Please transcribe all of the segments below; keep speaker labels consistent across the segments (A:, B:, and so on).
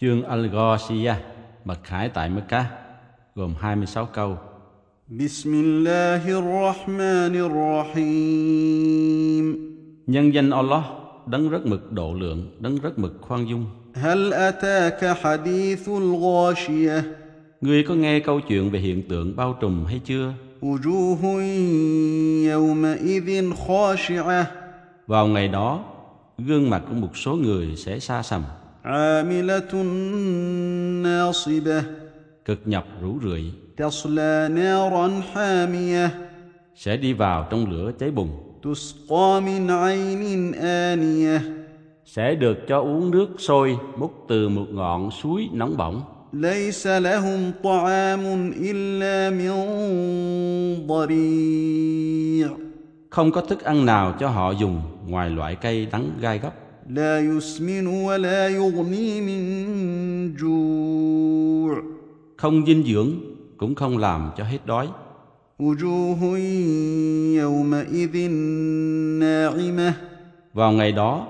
A: Chương Al-Ghashiya mặc khải tại Mecca gồm 26 câu.
B: بسم الله الرحمن الرحيم
A: Nhân danh Allah, đấng rất mực độ lượng, đấng rất mực khoan dung.
B: هل أتاك حديث الغاشية
A: Ngươi có nghe câu chuyện về hiện tượng bao trùm hay chưa?
B: وجوه يومئذ خاشعة
A: Vào ngày đó, gương mặt của một số người sẽ xa sầm,
B: عاملة ناصبة
A: cực nhọc rũ rượi,
B: تصلى نارا حامية
A: sẽ đi vào trong lửa cháy bùng,
B: تسقى من عين آنية
A: sẽ được cho uống nước sôi múc từ một ngọn suối nóng bỏng,
B: ليس لهم طعام إلا من ضريع
A: không có thức ăn nào cho họ dùng ngoài loại cây đắng gai góc,
B: لا يسمن ولا يغني من جوع
A: không dinh dưỡng cũng không làm cho hết đói.
B: وجوه يومئذ ناعمة
A: Vào ngày đó,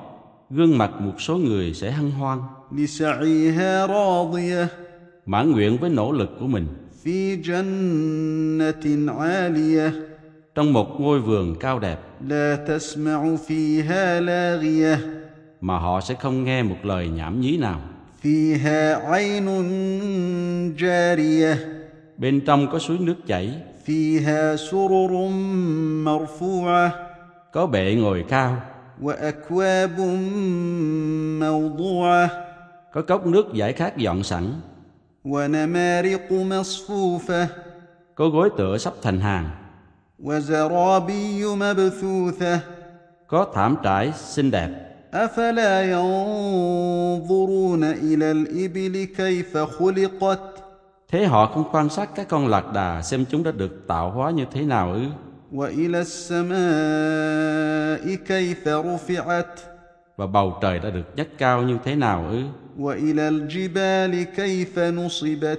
A: gương mặt một số người sẽ hân hoan,
B: لسعيها راضية
A: mãn nguyện với nỗ lực của mình
B: في جنة عالية
A: trong một ngôi vườn cao đẹp
B: لا تسمع فيها لاغية
A: mà họ sẽ không nghe một lời nhảm nhí nào.
B: فيها عين جارية
A: Bên trong có suối nước chảy,
B: فيها سرر مرفوعه
A: có bệ ngồi cao,
B: واكواب موضوعه
A: có cốc nước giải khát dọn sẵn,
B: ونمارق مصفوفه
A: có gối tựa sắp thành hàng,
B: وزرابي مبثوثه
A: có thảm trải xinh đẹp.
B: افلا ينظرون الى الابل كيف خلقت
A: Thế họ không quan sát các con lạc đà xem chúng đã được tạo hóa như thế nào ư?
B: والى السماء كيف رفعت
A: Và bầu trời đã được nhấc cao như thế nào ư?
B: والى الجبال كيف نصبت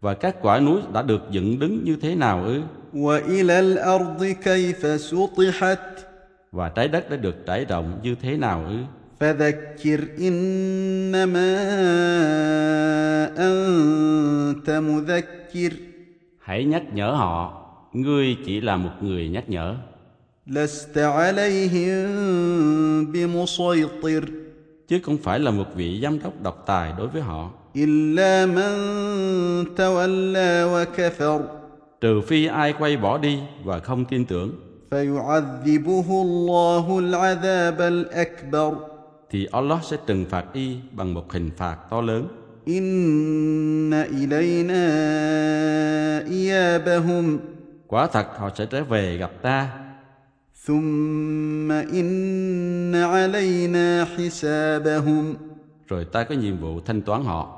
A: Và các quả núi đã được dựng đứng như thế nào ư?
B: والى الارض كيف سطحت
A: và trái đất đã được trải rộng như thế nào ư?
B: فذكر إنما أنت مذكر
A: Hãy nhắc nhở họ, ngươi chỉ là một người nhắc nhở,
B: لست عليهم بمسيطر
A: chứ không phải là một vị giám đốc độc tài đối với họ,
B: إلا من تولى وكفر
A: trừ phi ai quay bỏ đi và không tin tưởng,
B: فيعذبه الله العذاب الأكبر
A: thì Allah sẽ trừng phạt y bằng một hình phạt to lớn.
B: إن إلينا إيابهم
A: Quả thật họ sẽ trở về gặp ta,
B: ثم إن علينا حسابهم
A: rồi ta có nhiệm vụ thanh toán họ.